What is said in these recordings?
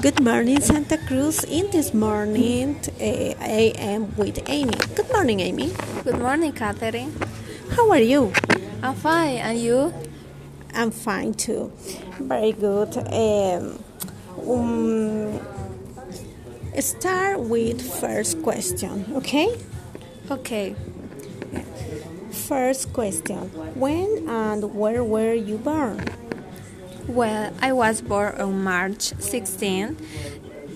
Good morning, Santa Cruz. In this morning, uh, I am with Amy. Good morning, Amy. Good morning, Catherine. How are you? I'm fine, and you? I'm fine too. Very good. Um, um, start with first question, okay? Okay. First question. When and where were you born? Well, I was born on March 16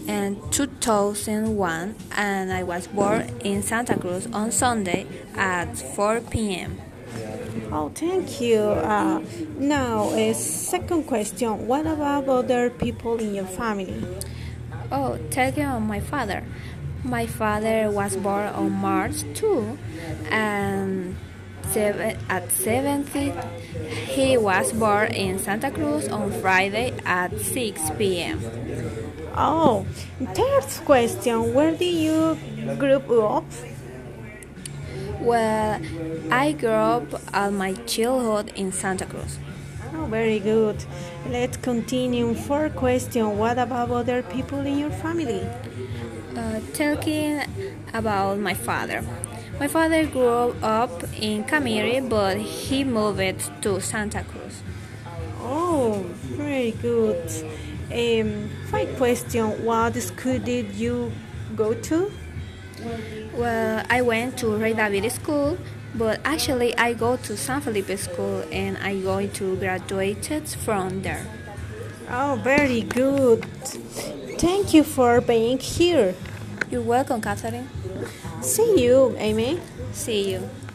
and 2001, and I was born in Santa Cruz on Sunday at 4 p.m. Oh, thank you. Uh, now, uh, second question. What about other people in your family? Oh, taking on my father. My father was born on March 2, and seven, at 70, he was born in Santa Cruz on Friday at 6 p.m. Oh, third question. Where did you grow up? Well, I grew up all my childhood in Santa Cruz. Oh, very good. Let's continue. Fourth question. What about other people in your family? Uh, talking about my father. My father grew up in Camiri, but he moved to Santa Cruz. Oh, very good. Um, five question. What school did you go to? Well, I went to Rey David School, but actually I go to San Felipe School and I going to graduated from there. Oh, very good. Thank you for being here. You're welcome, Catherine. See you, Amy. See you.